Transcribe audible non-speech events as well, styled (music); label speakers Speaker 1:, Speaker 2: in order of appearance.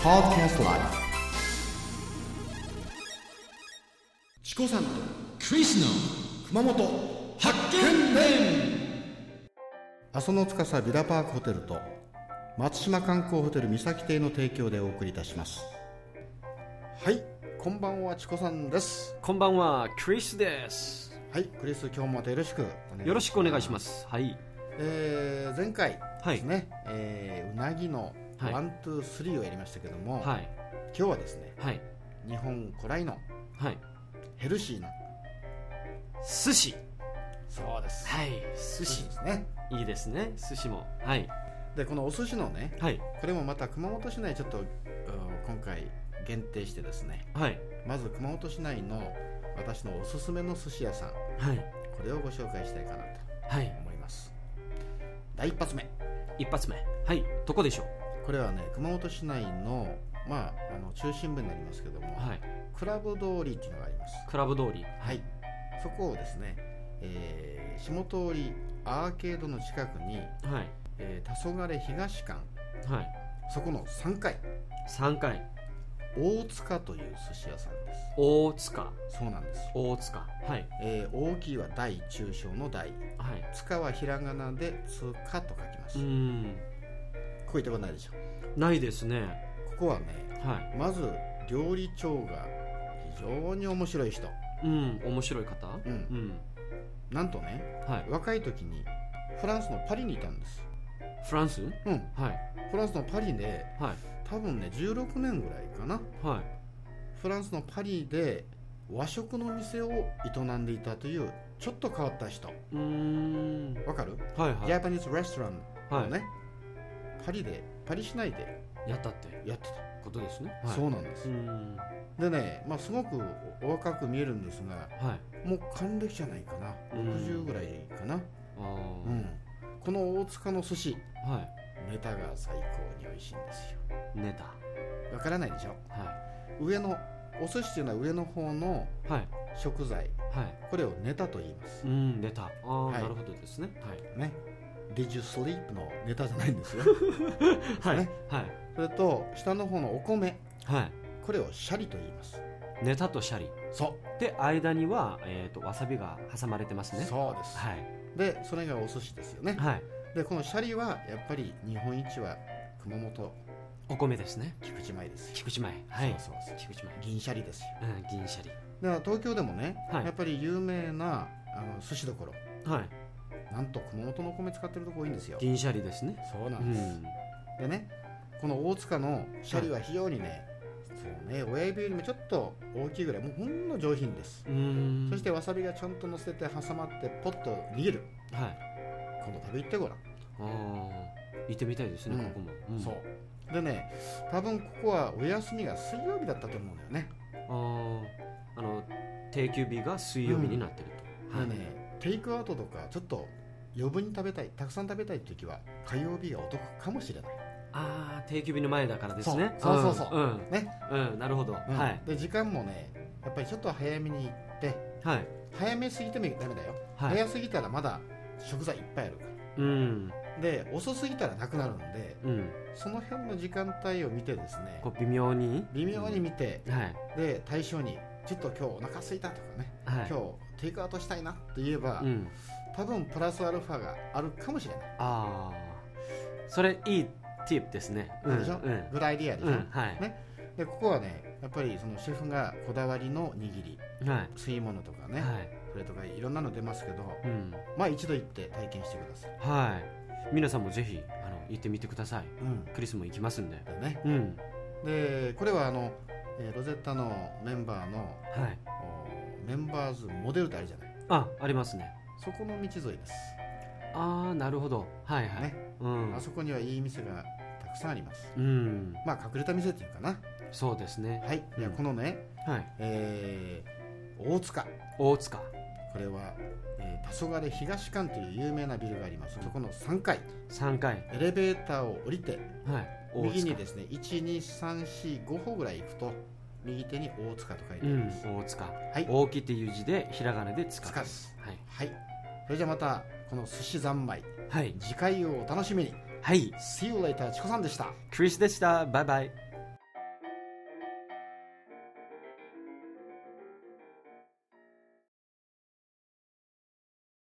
Speaker 1: Podcast Live チコさんとクリスの熊本発見伝阿蘇の司ビラパークホテルと松島観光ホテル三崎邸の提供でお送りいたしますはいこんばんはチコさんです
Speaker 2: こんばんは、クリスです。
Speaker 1: はいクリス今日もまたよろしくお願います
Speaker 2: よろしくお願いします。はい。
Speaker 1: えー前回
Speaker 2: は
Speaker 1: です
Speaker 2: い。
Speaker 1: ね、えーうなぎの
Speaker 2: はい
Speaker 1: ワンツースリーをやりましたけども、
Speaker 2: はい。
Speaker 1: 今日はですね
Speaker 2: はい。
Speaker 1: 日本古来の
Speaker 2: はい。
Speaker 1: ヘルシーな
Speaker 2: 寿司。
Speaker 1: そうです
Speaker 2: はい。
Speaker 1: 寿
Speaker 2: 寿
Speaker 1: 司
Speaker 2: 司
Speaker 1: で。すね
Speaker 2: いいですね。寿司も。はい。
Speaker 1: でこのお寿司のね
Speaker 2: はい。
Speaker 1: これもまた熊本市内ちょっとうん今回限定してですね
Speaker 2: はい。
Speaker 1: まず熊本市内の私のおすすめの寿司屋さんこ
Speaker 2: はい。
Speaker 1: れをご紹介したいかなと
Speaker 2: はい。
Speaker 1: 思います第一発目
Speaker 2: 一発目。はい。どこでしょ
Speaker 1: これはね熊本市内のまああの中心部になりますけども、
Speaker 2: うはい。
Speaker 1: クラブ通りっていうのがあります
Speaker 2: クラブ通り。
Speaker 1: はい。そこをですね、えー下通りアーケードの近くに、
Speaker 2: はい。
Speaker 1: えー、黄昏東館
Speaker 2: はい。
Speaker 1: そこの3階
Speaker 2: 3回。
Speaker 1: 大塚という寿司屋さんです
Speaker 2: 大塚。
Speaker 1: そうなんですよ、
Speaker 2: 大塚。はい。
Speaker 1: えー大きいは大中小の大
Speaker 2: はい。
Speaker 1: 塚はひらがなで塚と書きま
Speaker 2: う
Speaker 1: す、
Speaker 2: ー
Speaker 1: こ
Speaker 2: ん。
Speaker 1: こ行ったことないでしょ
Speaker 2: ないですね。
Speaker 1: ここはね
Speaker 2: は
Speaker 1: まず料理長が非常に面白い人
Speaker 2: い。うん。面白い方
Speaker 1: うん
Speaker 2: うん。
Speaker 1: なんとね
Speaker 2: はい。
Speaker 1: 若い時にフランスのパリにいたんです
Speaker 2: フランス
Speaker 1: うん
Speaker 2: はい。
Speaker 1: フランスのパリで
Speaker 2: はい。
Speaker 1: 多分ね16年ぐらいかな
Speaker 2: はい。
Speaker 1: フランスのパリで和食の店を営んでいたというちょっと変わった人
Speaker 2: うーん。
Speaker 1: わかる、
Speaker 2: はいは
Speaker 1: ジャパニーズレストラン
Speaker 2: い。
Speaker 1: を
Speaker 2: は
Speaker 1: ね、パリでパリ市内で
Speaker 2: い。やったって
Speaker 1: やってた、
Speaker 2: ことですね。
Speaker 1: そうなんです
Speaker 2: うーん。
Speaker 1: でね、まあ、すごくお若く見えるんですが
Speaker 2: はい。
Speaker 1: もう還暦じゃないかな
Speaker 2: うん
Speaker 1: 60ぐらいかな、
Speaker 2: あ
Speaker 1: うんこの大塚の寿司
Speaker 2: あ、はい。
Speaker 1: ネタが最高に美味しいんですよ
Speaker 2: ネタ。
Speaker 1: わからないでしょ
Speaker 2: は
Speaker 1: 上のお寿司というのは上の方の
Speaker 2: い。はい。
Speaker 1: 食材
Speaker 2: はい。
Speaker 1: これをネタと言います
Speaker 2: うん、ネタ。ああ、
Speaker 1: はい
Speaker 2: なるほどですね。はい。
Speaker 1: ね。Did you sleep? のネタじゃないん
Speaker 2: (laughs)
Speaker 1: ですよ。
Speaker 2: はい。
Speaker 1: ね
Speaker 2: はい。
Speaker 1: それと、下の方のお米、
Speaker 2: は
Speaker 1: これをシャリと言います。
Speaker 2: い。ネタとシャリ。
Speaker 1: そ
Speaker 2: で、間には、えっ、と、わさびが挟まれてます
Speaker 1: う、
Speaker 2: ね。
Speaker 1: そうです、
Speaker 2: はい。
Speaker 1: で、それがお寿司ですよね。
Speaker 2: はい。
Speaker 1: で、このシャリは、やっぱり日本一は熊本
Speaker 2: お米ですね。
Speaker 1: 菊池米ですよ。
Speaker 2: 菊池米。はい。
Speaker 1: そうそうそう
Speaker 2: 菊池
Speaker 1: 銀シャリですよ。
Speaker 2: 米。うん、銀シャリ。
Speaker 1: だから東京でもね、
Speaker 2: はい
Speaker 1: やっぱり有名なあの寿司どころ、
Speaker 2: はい。
Speaker 1: なんと熊本のお米使ってるとこ多いんですよ。
Speaker 2: 銀シャリですね。
Speaker 1: そうな
Speaker 2: うん
Speaker 1: です。
Speaker 2: ん。
Speaker 1: でね、この大塚のシャリは非常にね、そうね、親指よりもちょっと大きいぐらい、もうほんの上品です。
Speaker 2: うーん。
Speaker 1: そして、わさびがちゃんと乗せて挟まってポッと握る
Speaker 2: はい。
Speaker 1: 今度食べ行ってごらん、
Speaker 2: ああ、行ってみたいですね、
Speaker 1: うん
Speaker 2: ここも。うん、
Speaker 1: そ。うでね多分ここはお休みが水曜日だったと思うんだよね、
Speaker 2: ああ、あの、定休日が水曜日になってると。はい。
Speaker 1: でねテイクアウトとかちょっと余分に食べたいたくさん食べたい時は火曜日がお得かもしれない
Speaker 2: ああ定休日の前だからですね
Speaker 1: そうそうそうそ
Speaker 2: うんうん
Speaker 1: ね、
Speaker 2: うんなるほど、
Speaker 1: うん
Speaker 2: はい
Speaker 1: で時間もねやっぱりちょっと早めに行って
Speaker 2: はい
Speaker 1: 早めすぎてもダメだよ、
Speaker 2: はい
Speaker 1: 早すぎたらまだ食材いっぱいあるか
Speaker 2: うん
Speaker 1: らで遅すぎたらなくなるんで
Speaker 2: うん
Speaker 1: その辺の時間帯を見てですね
Speaker 2: こう微妙に
Speaker 1: 微妙に見て、
Speaker 2: はい
Speaker 1: で対象にちょっと今日お腹すいたとかね、
Speaker 2: はい
Speaker 1: 今日テイクアウトしたいなって言えば、
Speaker 2: うん
Speaker 1: 多分プラスアルファがあるかもしれない、
Speaker 2: ああそれいい tip ですねうん
Speaker 1: でしょ、
Speaker 2: うん
Speaker 1: グライディアでしょ、
Speaker 2: うんはい
Speaker 1: でここはねやっぱりそのシェフがこだわりの握り
Speaker 2: は
Speaker 1: 吸い物とか
Speaker 2: い
Speaker 1: ね、
Speaker 2: はい
Speaker 1: それとかいろんなの出ますけど
Speaker 2: うん
Speaker 1: まあ一度行って体験してください、
Speaker 2: はい皆さんもぜひあの行ってみてください
Speaker 1: うん
Speaker 2: クリスも行きますんで
Speaker 1: だね、
Speaker 2: うん
Speaker 1: でこれはあの、えーロゼッタのメンバーの
Speaker 2: はい
Speaker 1: おメンバーズモデルってあるじゃない
Speaker 2: あありますね
Speaker 1: そこの道沿いです、
Speaker 2: ああなるほどはいはい
Speaker 1: ね、
Speaker 2: うん
Speaker 1: あそこにはいい店がたくさんあります
Speaker 2: うん
Speaker 1: まあ隠れた店っていうかな
Speaker 2: そうですね
Speaker 1: はい、いや
Speaker 2: うん
Speaker 1: このね、
Speaker 2: はい
Speaker 1: えー大塚
Speaker 2: 大塚
Speaker 1: これは、えー、黄昏東館という有名なビルがありますそこの3階
Speaker 2: 3回
Speaker 1: エレベーターを降りて
Speaker 2: はい大
Speaker 1: 右
Speaker 2: 塚
Speaker 1: にですね12345歩ぐらい行くと右手に大塚と書いて
Speaker 2: う
Speaker 1: あり
Speaker 2: ん
Speaker 1: ます、、
Speaker 2: 大塚。
Speaker 1: はい
Speaker 2: 大きっていう字で、ひらがなで塚
Speaker 1: 塚
Speaker 2: で
Speaker 1: ですす。
Speaker 2: はい。
Speaker 1: はいそれじゃあまたこの寿司三昧
Speaker 2: はい。
Speaker 1: 次回をお楽しみに
Speaker 2: はい。
Speaker 1: See you later チコさんでした
Speaker 2: クリスでした。バイバイ。